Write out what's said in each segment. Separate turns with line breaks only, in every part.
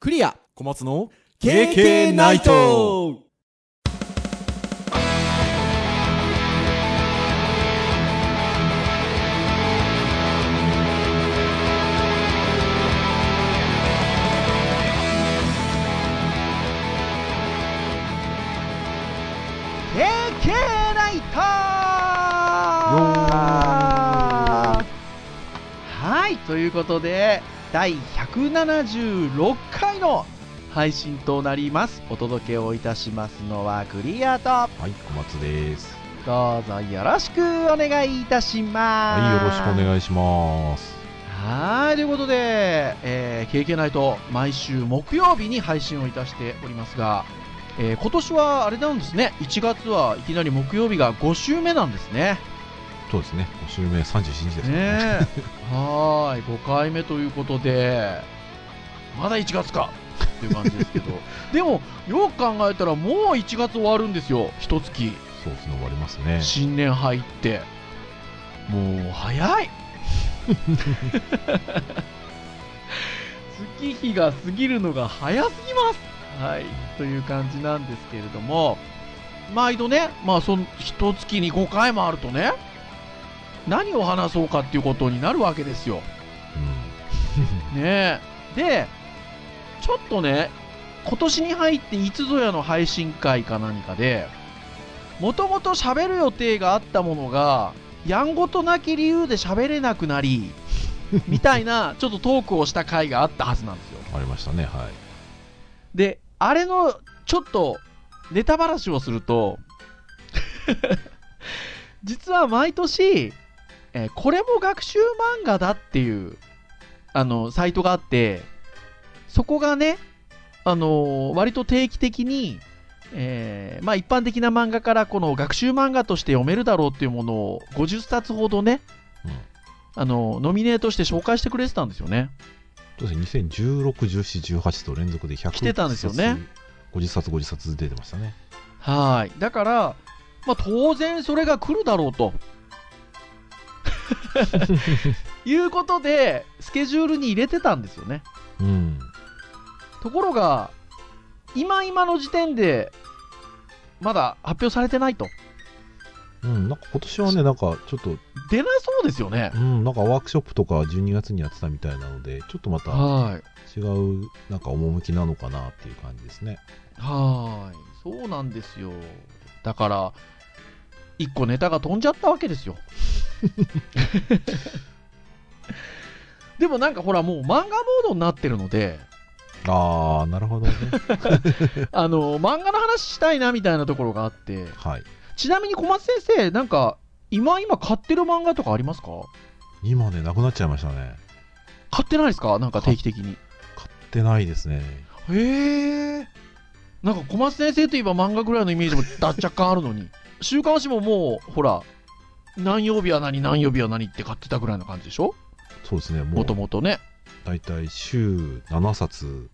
クリア
小松の
KK ナイト
ナイターはいということで第176回の配信となりますお届けをいたしますのはクリアと
はい小松です
どうぞよろしくお願いいたします
はいよろしくお願いします
はいということで、えー、KK ナイト毎週木曜日に配信をいたしておりますが、えー今年はあれなんですね1月はいきなり木曜日が5週目なんですね
そうですね5週目37日ですね
ねえはーい5回目ということでまだ1月かっていう感じですけどでもよく考えたらもう1月終わるんですよ一月
そうですね終わりますね
新年入ってもう早い月日が過ぎるのが早すぎますはいという感じなんですけれども毎度ねまあその一月に5回もあるとね何を話そうかっていうことになるわけですよねえでちょっとね今年に入っていつぞやの配信会か何かでもともと喋る予定があったものがやんごとなき理由で喋れなくなりみたいなちょっとトークをした回があったはずなんですよ
うん、ありましたねはい
であれのちょっとネタばらしをする と実は毎年、えーこれも学習漫画だっていうあのサイトがあってそこがね、あのー割と定期的に、えーまあ、一般的な漫画からこの学習漫画として読めるだろうっていうものを50冊ほどね、
うん
あのーノミネートして紹介してくれてたんですよね。
そうですね20161418と連続で100
来てたんですよね
冊50冊50冊出てましたね
はい。だから、まあ、当然それが来るだろう と。いうことで、スケジュールに入れてたんですよね。
うん
ところが、今今の時点で、まだ発表されてないと。
うん、なんか今年はね、なんかちょっと、
出なそうですよね
う。ん、なんかワークショップとか12月にやってたみたいなので、ちょっとまた
はい。
違う、なんか趣なのかなっていう感じですね。
はい。そうなんですよ。だから、一個ネタが飛んじゃったわけです よ。でもなんかほら、もう漫画モードになってるので、
あー、なるほど ね。
あの漫画の話したいなみたいなところがあって
はい。
ちなみに小松先生なんか今今買ってる漫画とかありますか
今ね、なくなっちゃいましたね。
買ってないですかなんか定期的に
買ってないですね。
へえなんか小松先生といえば漫画ぐらいのイメージも若干あるのに週刊誌ももうほら何曜日は何何曜日は何って買ってたぐらいの感じでしょ
そうですね、も
も
う
と、もとね
だいたい週7冊、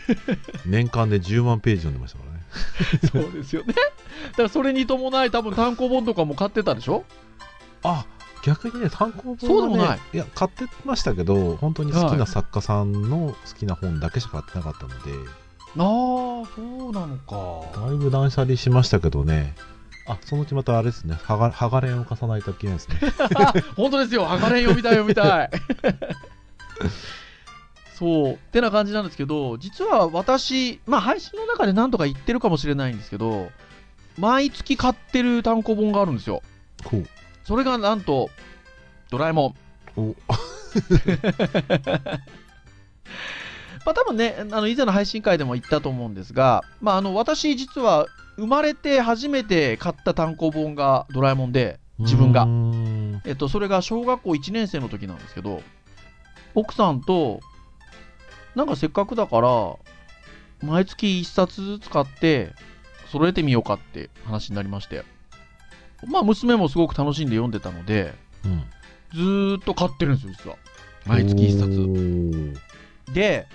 年間で10万ページ読んでましたからね。
そうですよね だからそれに伴い多分単行本とかも買ってたでしょ
あ逆にね、単行本は、ね、
そうでもない。
や、買ってましたけど、本当に好きな作家さんの好きな本だけしか買ってなかったので、
ああそうなのか
だいぶ断捨離しましたけどね。あ、そのうちまたあれですね。はが、はがれんを重ねないといけないですね。
本当ですよ、赤レン読みたい読み たい。そう、ってな感じなんですけど、実は私、まあ配信の中で何とか言ってるかもしれないんですけど、毎月買ってる単行本があるんですよ。
こう。
それがなんと、ドラえもん。
お、
まあ多分ね、あの以前の配信会でも言ったと思うんですが、まああの私実は生まれて初めて買った単行本がドラえもんで、自分が
うーん
えっと、それが小学校1年生の時なんですけど、奥さんと、なんかせっかくだから、毎月1冊ずつ買って、揃えてみようかって話になりまして。まあ、娘もすごく楽しんで読んでたので、
うん。
ずーっと買ってるんですよ、実は。毎月1
冊。
冊。で、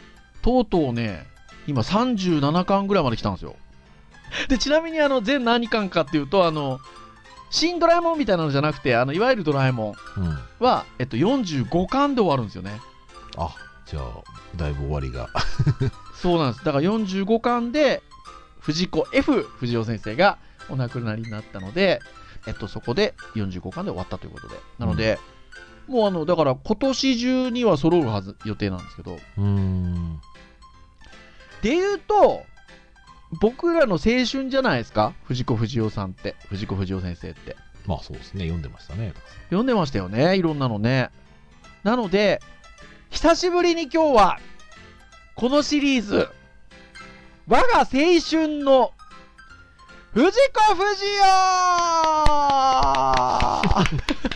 とうとうね、今37巻ぐらいまで来たんですよ。で、ちなみに、あの、全何巻かっていうと、あの、新ドラえもんみたいなのじゃなくて、あの、いわゆるドラえもん。
うん。
は、えっと、45巻で終わるんですよね。
あ、じゃあ、だいぶ終わりが。
そうなんです。だから45巻で、藤子 F 藤尾先生がお亡くなりになったので、えっと、そこで45巻で終わったということで。なので、もうあの、だから今年中には揃うはず、予定なんですけど。
うーん。
で言うと、僕らの青春じゃないですか藤子不二雄さんって。藤子不二雄先生って。
まあそうですね。読んでましたね。たくさん
読んでましたよね。いろんなのね。なので、久しぶりに今日は、このシリーズ、我が青春の、藤子不二雄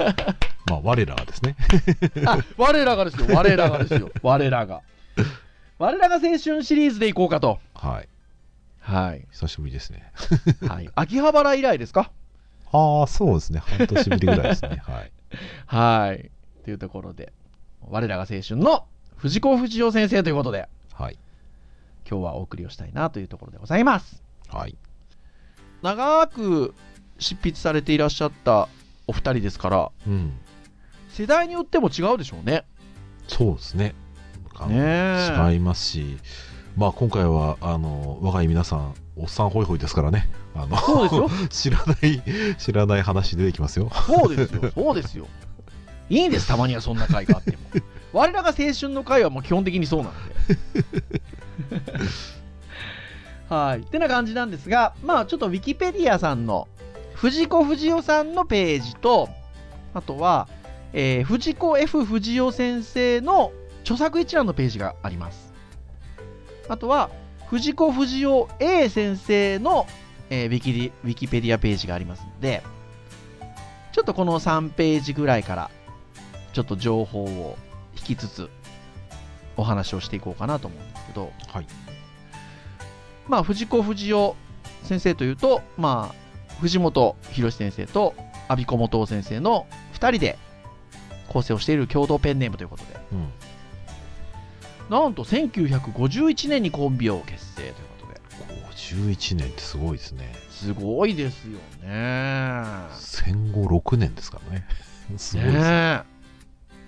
まあ我らがですね。
あ、我らがですよ。我らがですよ。我らが。我らが青春シリーズでいこうかと。
はい。
はい。
久しぶりですね。
はい、秋葉原以来ですか
ああ、そうですね。半年ぶりぐらいです ね。はい。
はい。というところで、我らが青春の藤子不二雄先生ということで、
はい。
今日はお送りをしたいなというところでございます。
はい。
長く執筆されていらっしゃったお二人ですから、
うん。
世代によっても違うでしょうね。
そうですね。あの
ねえ
違いますし、まあ今回は、あの、我が家皆さん、おっさんホイホイですからね。あの、
そうですよ。
知らない、知らない話出てきますよ。
そうですよ。そうですよ。いいんです、たまにはそんな回があっても。我らが青春の回はもう基本的にそうなんで。はい。ってな感じなんですが、まあちょっとウィキペディアさんの藤子不二雄さんのページと、あとは、えー藤子 F 不二雄先生の著作一覧のページがあります。あとは、藤子不二雄 A 先生の、えーウィキディウィキペディアページがありますので、ちょっとこの3ページぐらいから、ちょっと情報を引きつつ、お話をしていこうかなと思うんですけど、
はい。
まあ、藤子不二雄先生というと、まあ、藤本博先生と、阿孫子元雄先生の2人で構成をしている共同ペンネームということで、
うん。
なんと1951年にコンビを結成ということで、
51年ってすごいですね。
すごいですよね。
戦後6年ですからね。 すごいですね。
ねえ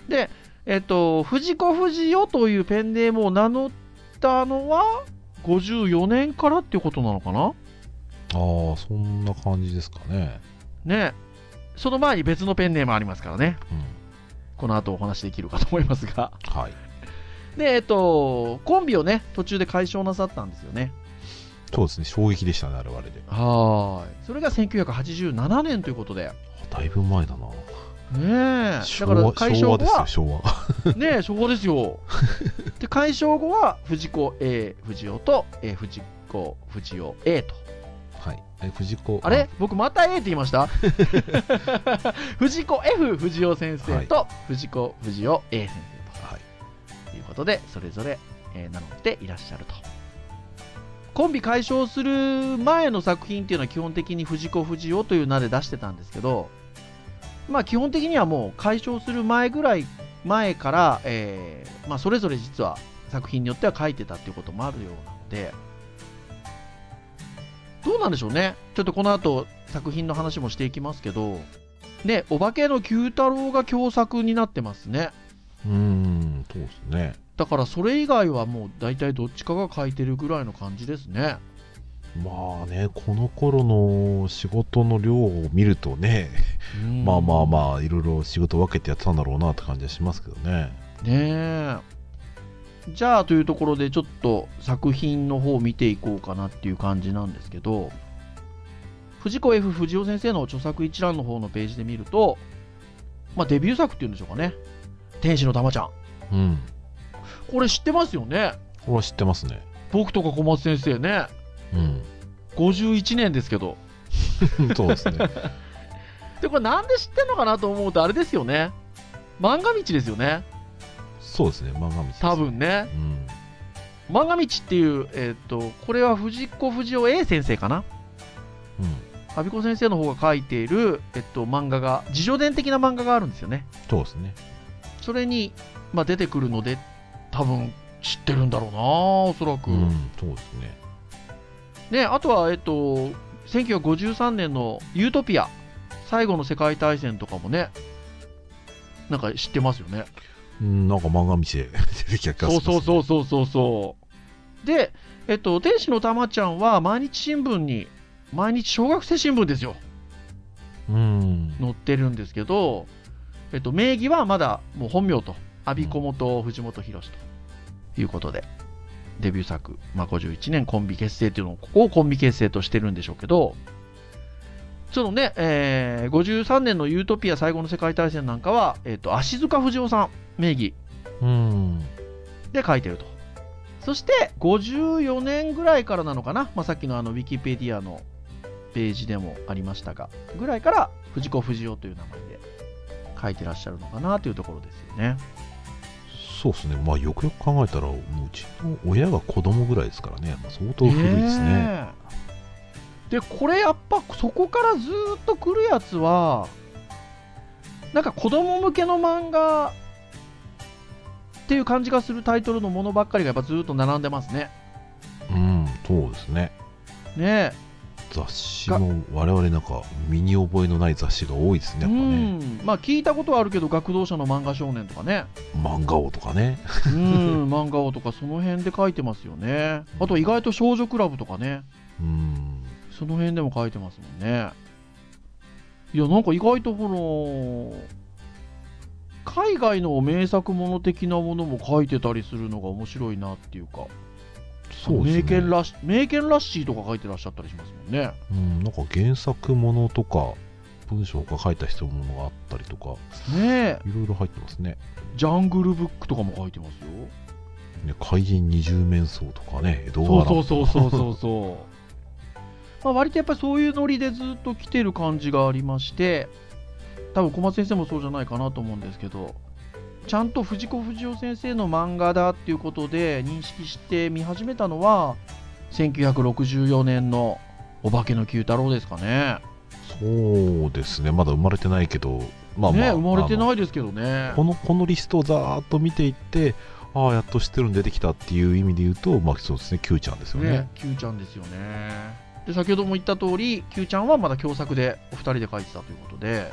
で、えっと、藤子不二雄というペンネームを名乗ったのは、54年からっていうことなのかな
ああ、そんな感じですかね。
ねえその前に別のペンネームありますからね。
うん。
この後お話できるかと思いますが。
はい。
で、えっと、コンビをね、途中で解消なさったんですよね。
そうですね。衝撃でしたね、あれはあれで。
はーい。それが1987年ということで。
だいぶ前だな。
ねえ。だ
昭
から
和
解
昭
消
和
後
ですよ、
は、
昭和。
ねえ、そこですよ。で、解消後は、藤子 A 藤尾と、えー藤子藤尾 A と。
はい。え、藤子。
あれ僕また A って言いました藤子 F 藤尾先生と、藤子藤尾 A 先生
はい。
ということで、それぞれ、えー名乗っていらっしゃると。コンビ解消する前の作品っていうのは基本的に藤子不二雄という名で出してたんですけど、まあ基本的にはもう解消する前ぐらい前から、えーまあそれぞれ実は作品によっては書いてたっていうこともあるようなので、どうなんでしょうね。ちょっとこの後作品の話もしていきますけど、ね、お化けの九太郎が共作になってますね。
うーん、そうですね。
だからそれ以外はもう大体どっちかが書いてるぐらいの感じですね。
まあね、この頃の仕事の量を見るとね、まあまあまあ、いろいろ仕事分けてやってたんだろうなって感じはしますけどね。
あ。ねえ。じゃあというところでちょっと作品の方を見ていこうかなっていう感じなんですけど藤子 F 不二雄先生の著作一覧の方のページで見ると、まあ、デビュー作っていうんでしょうかね「天使の玉ちゃん
うん。」
これ知ってますよね
これは知ってますね。
僕とか小松先生ね
う
51年ですけど
ん。そうですね。
でこれなんで知ってんのかなと思うとあれですよね漫画道ですよね
そうですね、漫画道です。
多。分ね
うん。
漫画道っていう、えーっとこれは藤子不二雄 A 先生かな
うん。
阿孫子先生の方が書いている、えっと、漫画が自叙伝的な漫画があるんですよね
そうですね。
それに、まあ、出てくるので多分知ってるんだろうなおそらく、
うん、そうですね。
ねあとはえっと1953年の「ユートピア」最後の世界大戦とかもねなんか知ってますよね
うん、なんか漫画道で出てきた気がし
そ
ま
う
す、
そうそうそうそうそう。で、えっと、天使のたまちゃんは毎日新聞に、毎日小学生新聞ですよ、
うん。
載ってるんですけど、えっと、名義はまだもう本名と、阿比子元藤本博士ということで、デビュー作、まあ、51年コンビ結成というのを、ここをコンビ結成としてるんでしょうけど、そのね、えー53年のユートピア最後の世界大戦なんかは、えっと、足塚不二夫さん名義
うん。
で書いてると。そして54年ぐらいからなのかな、まあ、さっきのあのウィキペディアのページでもありましたが、ぐらいから藤子不二雄という名前で書いてらっしゃるのかなというところですよね。
そうですね。まあ、よくよく考えたら、もううちの親が子供ぐらいですからね。まあ、相当古いですね。
ねえで、これやっぱそこからずーっと来るやつは、なんか子供向けの漫画っていう感じがするタイトルのものばっかりがやっぱずーっと並んでますね。
うん、そうですね。
ねえ
雑誌も我々なんか身に覚えのない雑誌が多いですね。やっぱね。
うんまあ聞いたことはあるけど学童社の漫画少年とかね
漫画王とかね。
うん 漫画王とかその辺で書いてますよねあと意外と少女クラブとかね
うん。
その辺でも書いてますもんねいやなんか意外とこの海外の名作もの的なものも書いてたりするのが面白いなっていうか
そうですね。
名犬ラッシュ名犬ラッシーとか書いてらっしゃったりしますもんね
うん、なんか原作ものとか文章が書いた人ものがあったりとか
ねえ
いろいろ入ってますね
ジャングルブックとかも書いてますよ
ね怪人二十面相とかね江戸
そ
川
うそう
乱
そうそうそうそう。まあ割とやっぱりそういうノリでずっと来てる感じがありまして、多分小松先生もそうじゃないかなと思うんですけど、ちゃんと藤子不二雄先生の漫画だっていうことで認識して見始めたのは、1964年のお化けの九太郎ですかね。
そうですねまだ生まれてないけどまあまあ、
ね、生まれて
あの
ないですけどね。
このこのリストをざーっと見ていってああやっと知ってるの出てきたっていう意味で言うとまあそうですね Q ちゃんですよね
ね、Q ちゃんですよね。で先ほども言った通り Q ちゃんはまだ共作でお二人で書いてたということで、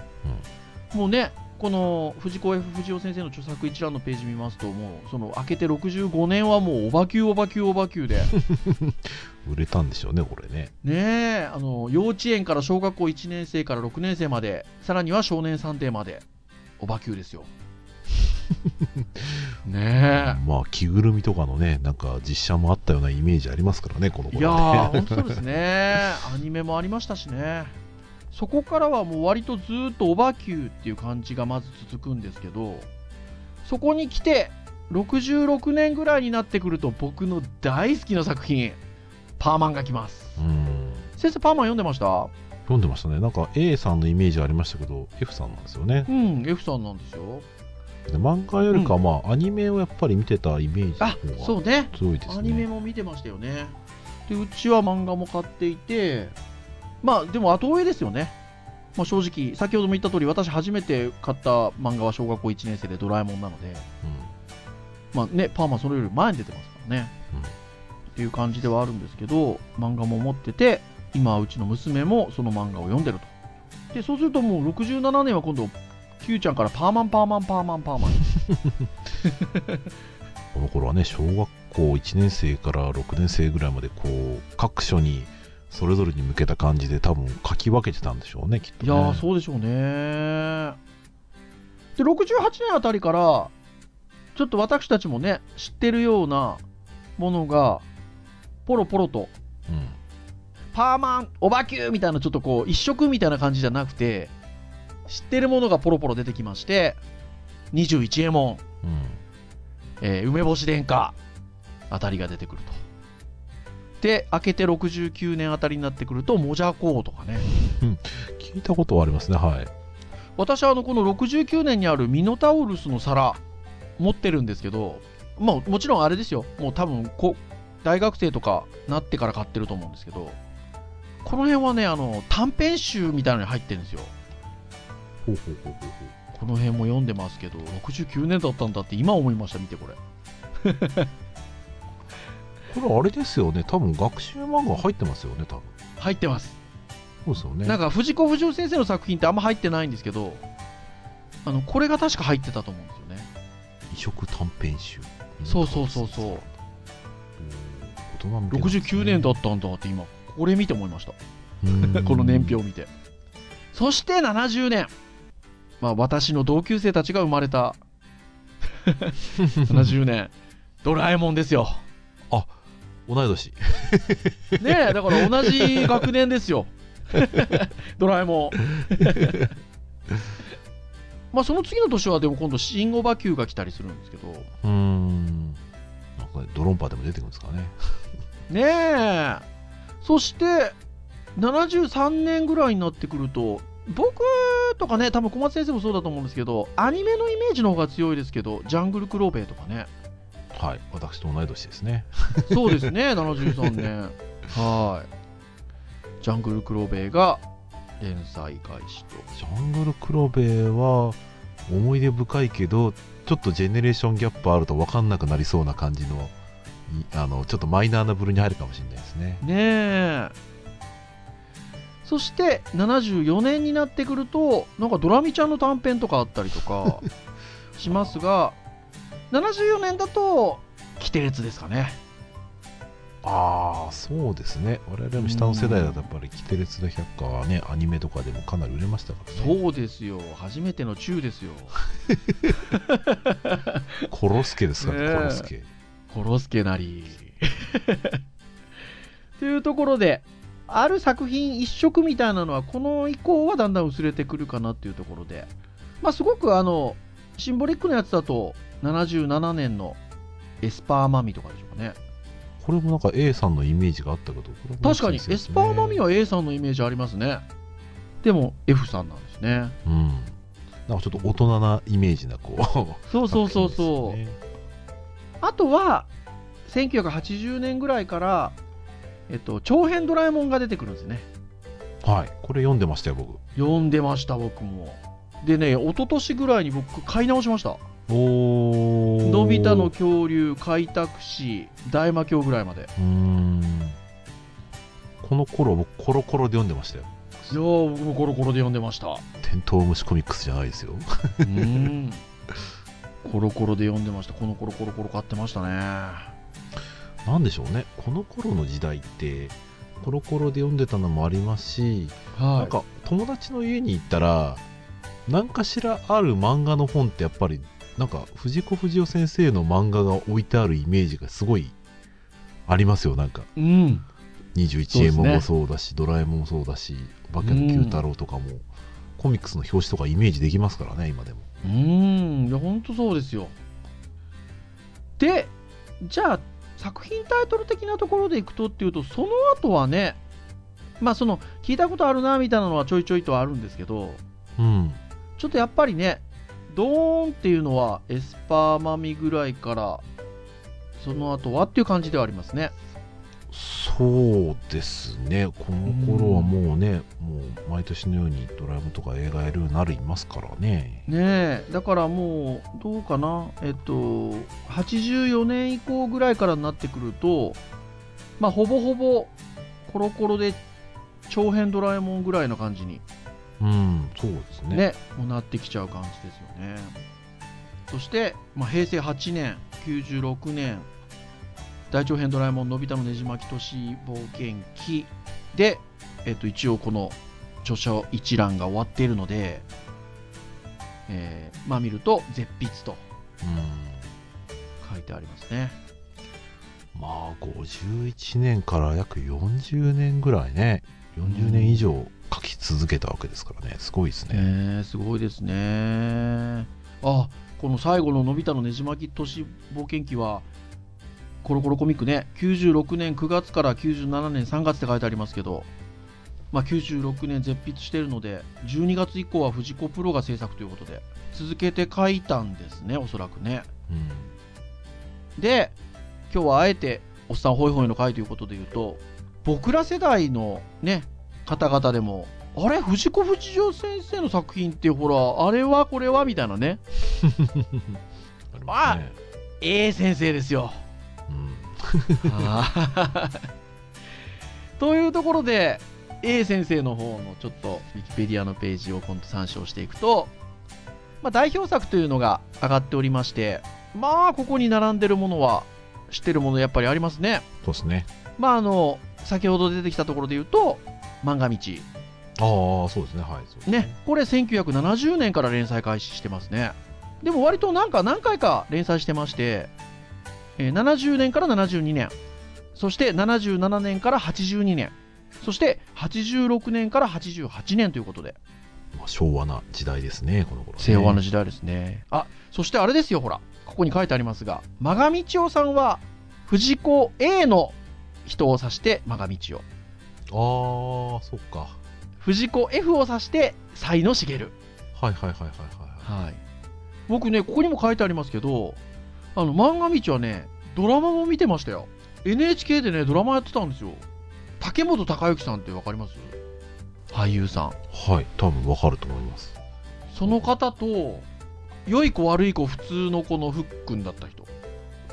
もうねこの藤子 F 不二雄先生の著作一覧のページ見ますともうその開けて65年はもうおばきゅうおばきゅうおばきゅう で
売れたんでしょうねこれね
ねえあの幼稚園から小学校1年生から6年生までさらには少年探偵までおばきゅう ですよ。ねえ。
まあ着ぐるみとかのねなんか実写もあったようなイメージありますからねこの
い
頃
やー、
はね
本当そうですね。アニメもありましたしね。そこからはもう割とずーっとおばきゅうっていう感じがまず続くんですけど、そこに来て、66年ぐらいになってくると僕の大好きな作品、パーマンが来ます。
うん
先生、パーマン読んでました
読んでましたねなんか A さんのイメージありましたけど F さんなんですよね
うん、F さんなんですよ。
で漫画よりかはまあ、アニメをやっぱり見てたイメージ
あ、
の方
そ
が
うね。
強いですね
アニメも見てましたよね。で、うちは漫画も買っていて、まあ、でも後追いですよね。まあ、正直、先ほども言った通り、私初めて買った漫画は小学校1年生でドラえもんなので、まあね、パーマそれより前に出てますからね。
うん
っていう感じではあるんですけど、漫画も持ってて、今、うちの娘もその漫画を読んでると。で、そうするともう67年は今度、Q ちゃんからパーマンパーマンパーマンパーマン。
この頃はね小学校1年生から6年生ぐらいまでこう各所にそれぞれに向けた感じで多分書き分けてたんでしょうねきっと
い
ね
やー、そうでしょうね。で、68年あたりから、ちょっと私たちもね、知ってるようなものが、ポロポロと、
うん
パーマン、オバキューみたいな、ちょっとこう、一色みたいな感じじゃなくて、知ってるものがポロポロ出てきまして、21エモン、
うん
えー梅干し殿下あたりが出てくると。で、明けて69年あたりになってくると、モジャコーとかね。
聞いたことはありますねはい
私はあのこの69年にあるミノタウルスの皿持ってるんですけど、まあ、もちろんあれですよもう多分こ大学生とかなってから買ってると思うんですけどこの辺はねあの短編集みたいなのに入ってるんですよ
ほうほうほうほう
この辺も読んでますけど69年だったんだって今思いました見てこれ
ほうこれあれですよね多分学習漫画入ってますよね多分
入ってます
そうですよね
なんか藤子不二雄先生の作品ってあんま入ってないんですけどあのこれが確か入ってたと思うんですよね
異色短編集
そうそうそうそう
うん人が向けなんですね
69年だったんだって今これ見て思いました
うーん
この年表を見てそして70年まあ私の同級生たちが生まれた 70年ドラえもんですよ
同い年
ねえだから同じ学年ですよ ドラえもん まあその次の年はでも今度新オバ級が来たりするんですけど
うーんなんかドロンパでも出てくるんですかね
ねえそして73年ぐらいになってくると僕とかね多分小松先生もそうだと思うんですけどアニメのイメージの方が強いですけどジャングルクローベイとかね
はい私と同い年ですね
そうですね73年はいジャングルクローベイが連載開始と
ジャングルクロベは思い出深いけどちょっとジェネレーションギャップあると分かんなくなりそうな感じのいあのちょっとマイナーな部類に入るかもしれないですね
ねえそして74年になってくるとなんかドラミちゃんの短編とかあったりと かしますが74年だと「規定列」ですかね
ああそうですね我々も下の世代だとやっぱり「キテレツの百科」はねアニメとかでもかなり売れましたからね
そうですよ初めての中ですよ
コロスケですから
ね
ね
え
コロスケ
コロスケなり というところである作品一色みたいなのはこの以降はだんだん薄れてくるかなっていうところでまあすごくあのシンボリックなやつだと77年のエスパーマミとかでしょうかね
これもなんか A さんのイメージがあったけどこれも
確かにエ
そうです
ス
ね
パーマミは A さんのイメージありますねでも F さんなんですね
うんなんかちょっと大人なイメージなこ う
そうそうそうそ
作
う、
品ですね
あとは1980年ぐらいから、えっと、長編ドラえもんが出てくるんですね
はいこれ読んでましたよ僕
読んでました僕もでね一昨年ぐらいに僕買い直しました「
おー
のび太の恐竜開拓士大魔教」ぐらいまでいや
うーんこの頃僕コロコロで読んでましたよ
ー僕もコロコロで読んでました
テントウムシコミックスじゃないですよ
うーんコロコロで読んでましたこのコロコロコロ買ってましたね
なんでしょうねこの頃の時代ってコロコロで読んでたのもありますし、
は
なんか友達の家に行ったら何かしらある漫画の本ってやっぱりなんか藤子不二雄先生の漫画が置いてあるイメージがすごいありますよなんか
いうんそう
21
で
円
すね
ももそうだしドラえもんもそうだし「お化けの Q 太郎」とかも、コミックスの表紙とかイメージできますからね今でも
うーんいやほんとそうですよでじゃあ作品タイトル的なところでいくとっていうとその後はねまあその聞いたことあるなみたいなのはちょいちょいとあるんですけど
うん
ちょっとやっぱりねドーンっていうのはエスパーマミぐらいからその後はっていう感じではありますね
そうですねこの頃はもうね、もう毎年のようにドラえもんとか映画やるようになりますからね
ねえだからもうどうかなえっと84年以降ぐらいからになってくるとまあほぼほぼコロコロで長編ドラえもんぐらいの感じに
うんそうです
ね
ね
もうなってきちゃう感じですよねそして、まあ、平成8年96年大長編ドラえもんのび太のねじ巻き都市冒険記で、えっと、一応この著書一覧が終わっているので、えーまあ見ると絶筆と
うん
書いてありますね
まあ51年から約40年ぐらいね40年以上書き続けたわけですからねすごいですね、
ねえすごいですねあこの最後ののび太のねじ巻き都市冒険記はコロコロコミックね96年9月から97年3月って書いてありますけど、まあ、96年絶筆してるので12月以降は藤子プロが制作ということで続けて書いたんですねおそらくね
うん
で今日はあえておっさんホイホイの会ということで言うと僕ら世代のね方々でもあれ藤子不二雄先生の作品ってほらあれはこれはみたいなね
ありますね
A 先生ですよ。
うん
というところで A 先生の方のちょっとウィキペディアのページを今度参照していくと、まあ、代表作というのが上がっておりましてまあここに並んでるものはしてるものやっぱりありますね。
そうですね。
まああの先ほど出てきたところで言うと漫画道
ああ、そうですね。はい。そうです
ね。これ1970年から連載開始してますねでも割となんか何回か連載してまして、えー70年から72年そして77年から82年そして86年から88年ということで
まあ、昭和な時代ですね、この頃、ね。
西和の時代ですねあそしてあれですよほらここに書いてありますがマガミチオさんは藤子 A の人を指してマガミチオ
ああ、そっか。
藤子 F を指して才野茂
はいはいはいはいはいはい。
はい、僕ねここにも書いてありますけどあの漫画道はねドラマも見てましたよ NHK でねドラマやってたんですよ竹本孝之さんってわかります俳優さん
はい、多分わかると思います。
その方と良い子悪い子普通の子のフックンだった人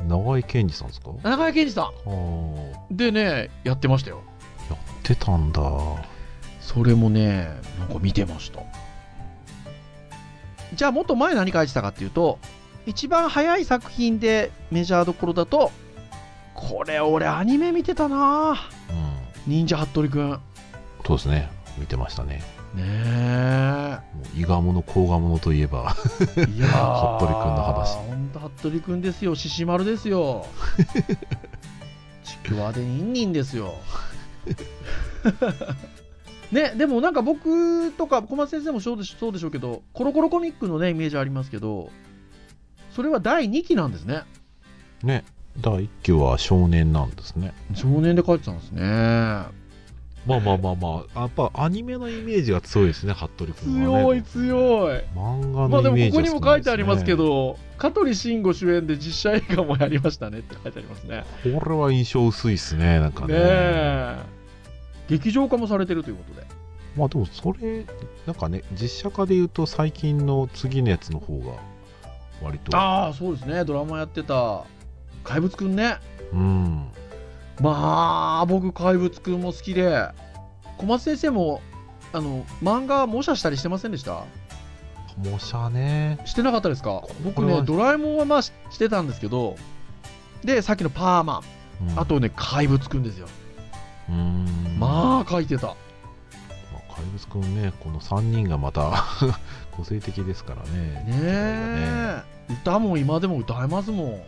長井健二さんですかあ
中井健二さ
あー、
んでねやってましたよ
やってたんだ。
それもねなんか見てましたじゃあもっと前何書いてたかっていうと一番早い作品でメジャーどころだとこれ俺アニメ見てたなぁ
うん。
忍者服部くん
そうですね。見てましたね。
ねえ
もう伊賀者、甲賀者といえば。
いや
服部くんの話
本当服部くんですよ獅子丸です よちくわでニンニンですよ ねでもなんか僕とか小松先生もそうでしそうでしょうけどコロコロコミックのねイメージありますけどそれは第2期なんですね
ね。第一期は少年なんですね。
少年で書いてたんですね
まあまあまあまあ、やっぱアニメのイメージが強いですね、服部君は、ね。
強い強い
漫画
まあで
のイメ
も
ージは少ないですね、
ここにも書いてありますけど香取慎吾主演で実写映画もやりましたねって書いてありますね
これは印象薄いですね、なんかね。
ねえ劇場化もされてるということで
まあでもそれ、なんかね、実写化で言うと最近の次のやつの方が、割と。
ああそうですねドラマやってた怪物くんね
うん。
まあ僕怪物くんも好きで小松先生もあの漫画模写したりしてませんでした
模写ね。
してなかったですか僕
これ
ね
は
ドラえもんはまあししてたんですけどでさっきのパーマン
うん
あ、とね怪物くんですよ
うん。
まあ書いてた
まあ怪物くんね、この3人がまた 個性的ですからね。
ねえ歌も今でも歌えますもん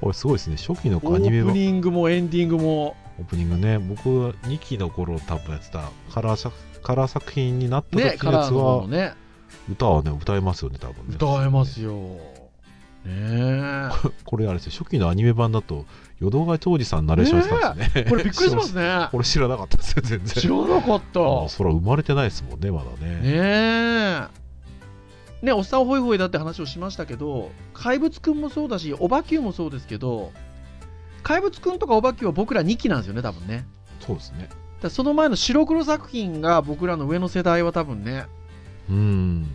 これすごいですね、初期の
オ
アニメ
ープ
版
ニングもエンディングも
オープニングね、僕は2期の頃多分やってたカラー作カラー作品になった
ね
時
カ
のや
ラ
つ
ーの
は、
もね
歌はね、歌えますよね、多分ね。
歌えますよね
これあれですよ、初期のアニメ版だと、淀川長司さんナレーションしてたんですね。
えこれびっくり しますね
これ知らなかったですよ、全然。
知らなかっ
ああ
た
そら生まれてないですもんね、まだね。
ねえねおっさんホイホイだって話をしましたけど怪物くんもそうだしおばきゅうもそうですけど怪物くんとかおばきゅうは僕ら2期なんですよね多分ね
そうですね。
だからその前の白黒作品が僕らの上の世代は多分ね
うん。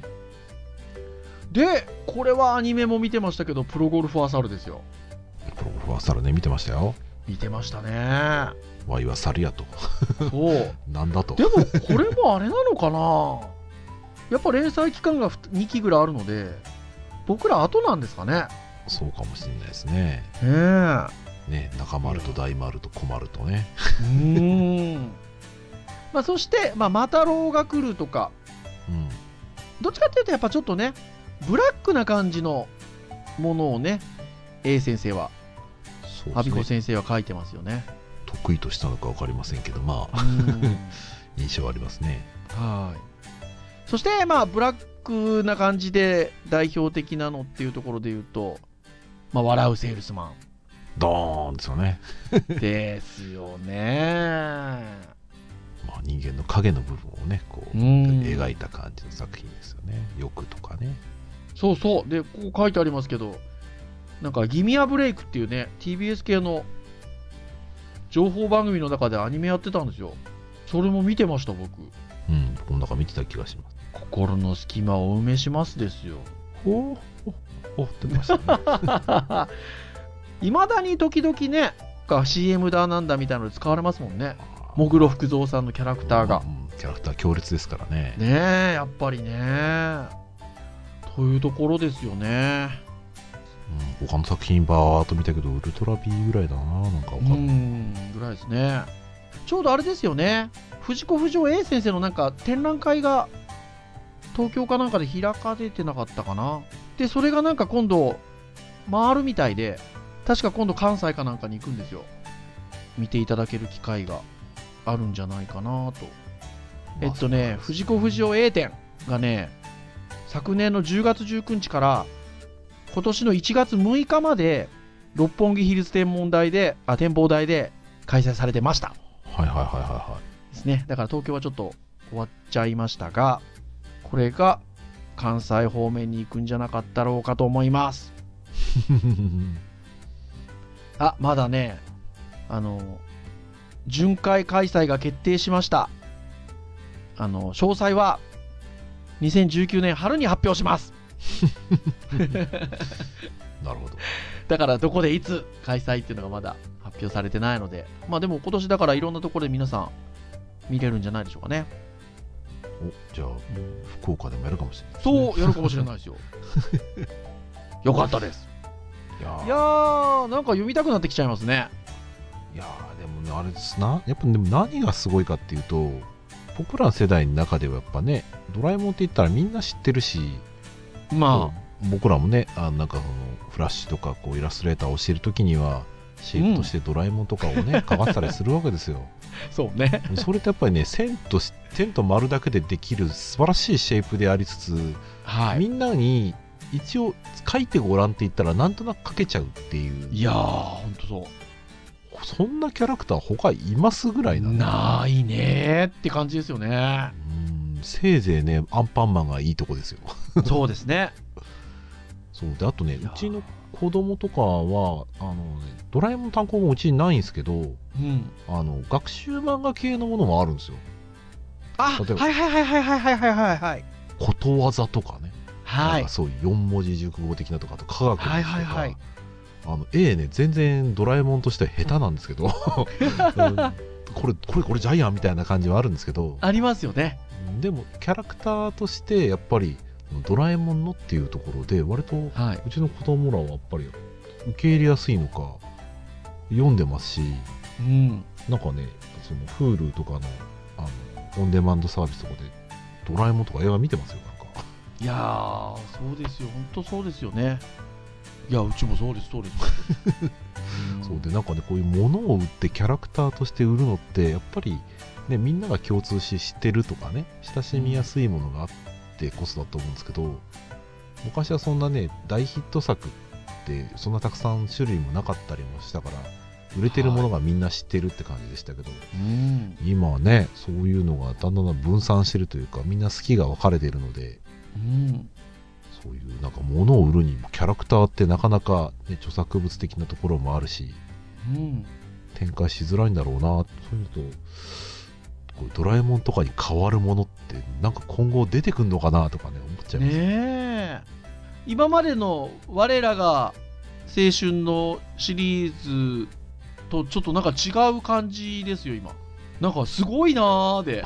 でこれはアニメも見てましたけどプロゴルファーサルですよ
プロゴルファーサルね、見てましたよ。
見てましたね
ワイは猿やと。
そう
なんだと
で。もこれもあれなのかなやっぱ連載期間が2期ぐらいあるので僕ら後なんですかね
そうかもしれないですね。
ねえう
ね、中丸と大丸と小丸とね。
ーん まあそして「まあ、マタロウが来る」とか
うん。
どっちかっていうとやっぱちょっとねブラックな感じのものをね A 先生は
そう
阿
で
ビ
す
子
ね。
先生は書いてますよね
得意としたのか分かりませんけど、まあ、
うーん
印象ありますね。
はいそしてまあブラックな感じで代表的なのっていうところで言うと「まあ、笑うセールスマン」
ドーンですよね。
ですよね。
まあ、人間の影の部分をね、こう、描
描
いた感じの作品ですよね。欲とかね。
そうそう。で、ここ書いてありますけど、なんか、ギミアブレイクっていうね、TBS 系の情報番組の中でアニメやってたんですよ。それも見てました、僕。
うん、この中見てた気がします。
心の隙間を埋めしますです よ。
おーおおってましたね。
いまだに時々ね、が CM だなんだみたいなので使われますもんね。もぐろ福蔵さんのキャラクターが
う。んキャラクター強烈ですからね
ねえやっぱりねというところですよね
うん、他の作品バーっと見たけどウルトラ B ぐらいだななんかわかん
う
ない、
んぐらいですねちょうどあれですよね藤子不二雄 A 先生のなんか展覧会が東京かなんかで開かれてなかったかなでそれがなんか今度回るみたいで確か今度関西かなんかに行くんですよ見ていただける機会があるんじゃないかなとえっとね藤子不二雄 A 展がね昨年の10月19日から今年の1月6日まで六本木ヒルズ天文台であ展望台で開催されてました
はいはいはいはいはい
ですねだから東京はちょっと終わっちゃいましたがこれが関西方面に行くんじゃなかったろうかと思いますあまだねあの巡回開催が決定しましたあの詳細は2019年春に発表します
なるほど
だからどこでいつ開催っていうのがまだ発表されてないので、まあでも今年だからいろんなところで皆さん見れるんじゃないでしょうかね。
おじゃあ福岡でもやるかもしれない
そうやるかもしれない ですよ。よかったです。
いやー
いやー、なんか読みたくなってきちゃいますね。
いやーでもねあれですなやっぱでも何がすごいかっていうと僕らの世代の中ではやっぱね「ドラえもん」って言ったらみんな知ってるし、
ま
僕らもねあなんかそのフラッシュとかこうイラストレーターを教える時にはシェイプとして「ドラえもん」とかをね、かかってたりするわけです よ。
あ、そうね。
それってやっぱりね線とし線と丸だけでできる素晴らしいシェイプでありつつ、
はい。
みんなに一応書いてごらんって言ったらなんとなく書けちゃうっていう
いやー、ほんとそ
そんなキャラクター他いますぐら
う。
いだね
ないねーって感じです よね。
うんせいぜいねアンパンマンがいいとこですよ
そうですね。
そうであとね
いや
う
ー
ちの子供とかはあの、ね、ドラえもんの単行本うちにないんですけど
うん。
あの学習漫画系のものもあるんですよ
あ、
例えば
はいはいはいはいはいはいはいはいはい。
ことわざとかね、
は
なん
い
か。そういう4文字熟語的なとかあと科学のやつとか、
はいはいはい
あの A ね全然ドラえもんとしては下手なんですけ ど、うんこれこれこれジャイアンみたいな感じはあるんですけど
ありますよね。
でもキャラクターとしてやっぱりドラえもんのっていうところで割と
はいう
ちの子供らはやっぱり受け入れやすいのか読んでますし。
うん。
なんかねその Hulu とかのあのオンデマンドサービスとかで「ドラえもん」とか映画見てますよなんか
いやー、そうですよ、本当そうですよね。いや、うちもそうです、そうです。
そうでなんかねこういうものを売ってキャラクターとして売るのってやっぱり、ね、みんなが共通し知ってるとかね親しみやすいものがあってこそだと思うんですけど昔はそんなね大ヒット作ってそんなたくさん種類もなかったりもしたから売れてるものがみんな知ってるって感じでしたけど、
うん。
今はねそういうのがだんだん分散してるというかみんな好きが分かれてるので
うん。
そういうなんか物を売るにもキャラクターってなかなか、ね、著作物的なところもあるし
うん。
展開しづらいんだろうなそういうのとこうドラえもんとかに変わるものってなんか今後出てくんのかなとかね思っちゃいま
ね
す、
え。今までの我らが青春のシリーズとちょっとなんか違う感じですよ、今。なんかすごいなーで。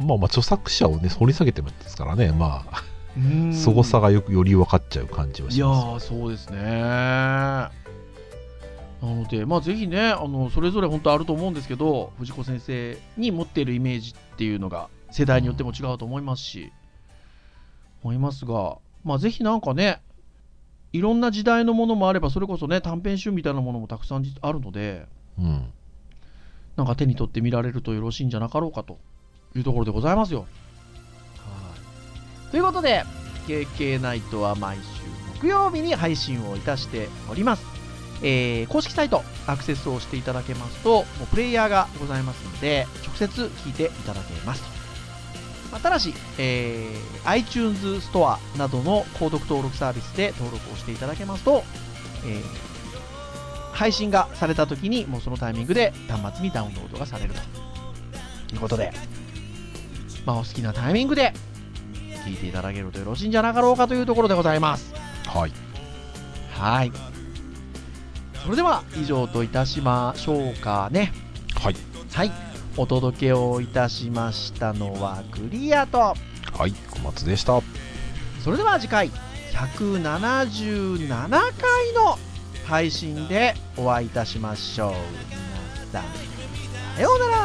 まあまあ著作者をね掘り下げてますからねまあ
うん
凄さがよくより分かっちゃう感じはいし
や
ま
ーそうですねなのでまあぜひねあのそれぞれ本当あると思うんですけど藤子先生に持っているイメージっていうのが世代によっても違うと思いますし、思いますがまあぜひなんかねいろんな時代のものもあればそれこそね短編集みたいなものもたくさんあるので
す、うん、
なんか手に取って見られるとよろしいんじゃなかろうかというところでございますよ。はいということで「KK ナイト」は毎週木曜日に配信をいたしております。えー公式サイトアクセスをしていただけますともうプレイヤーがございますので直接聞いていただけますと、まあただし、えー iTunes ストアなどの購読登録サービスで登録をしていただけますと、えー配信がされた時にもうそのタイミングで端末にダウンロードがされるということで、まあ、お好きなタイミングで聞いていただけるとよろしいんじゃなかろうかというところでございます
はい
はいそれでは以上といたしましょうかね
はい
はいお届けをいたしましたのはクリアと
はい小松でした
それでは次回「 177回の配信でお会いいたしましょう皆さんさようなら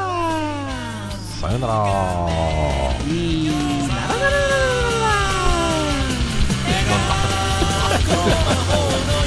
さよなら
いいならならならならな
「
ら
心の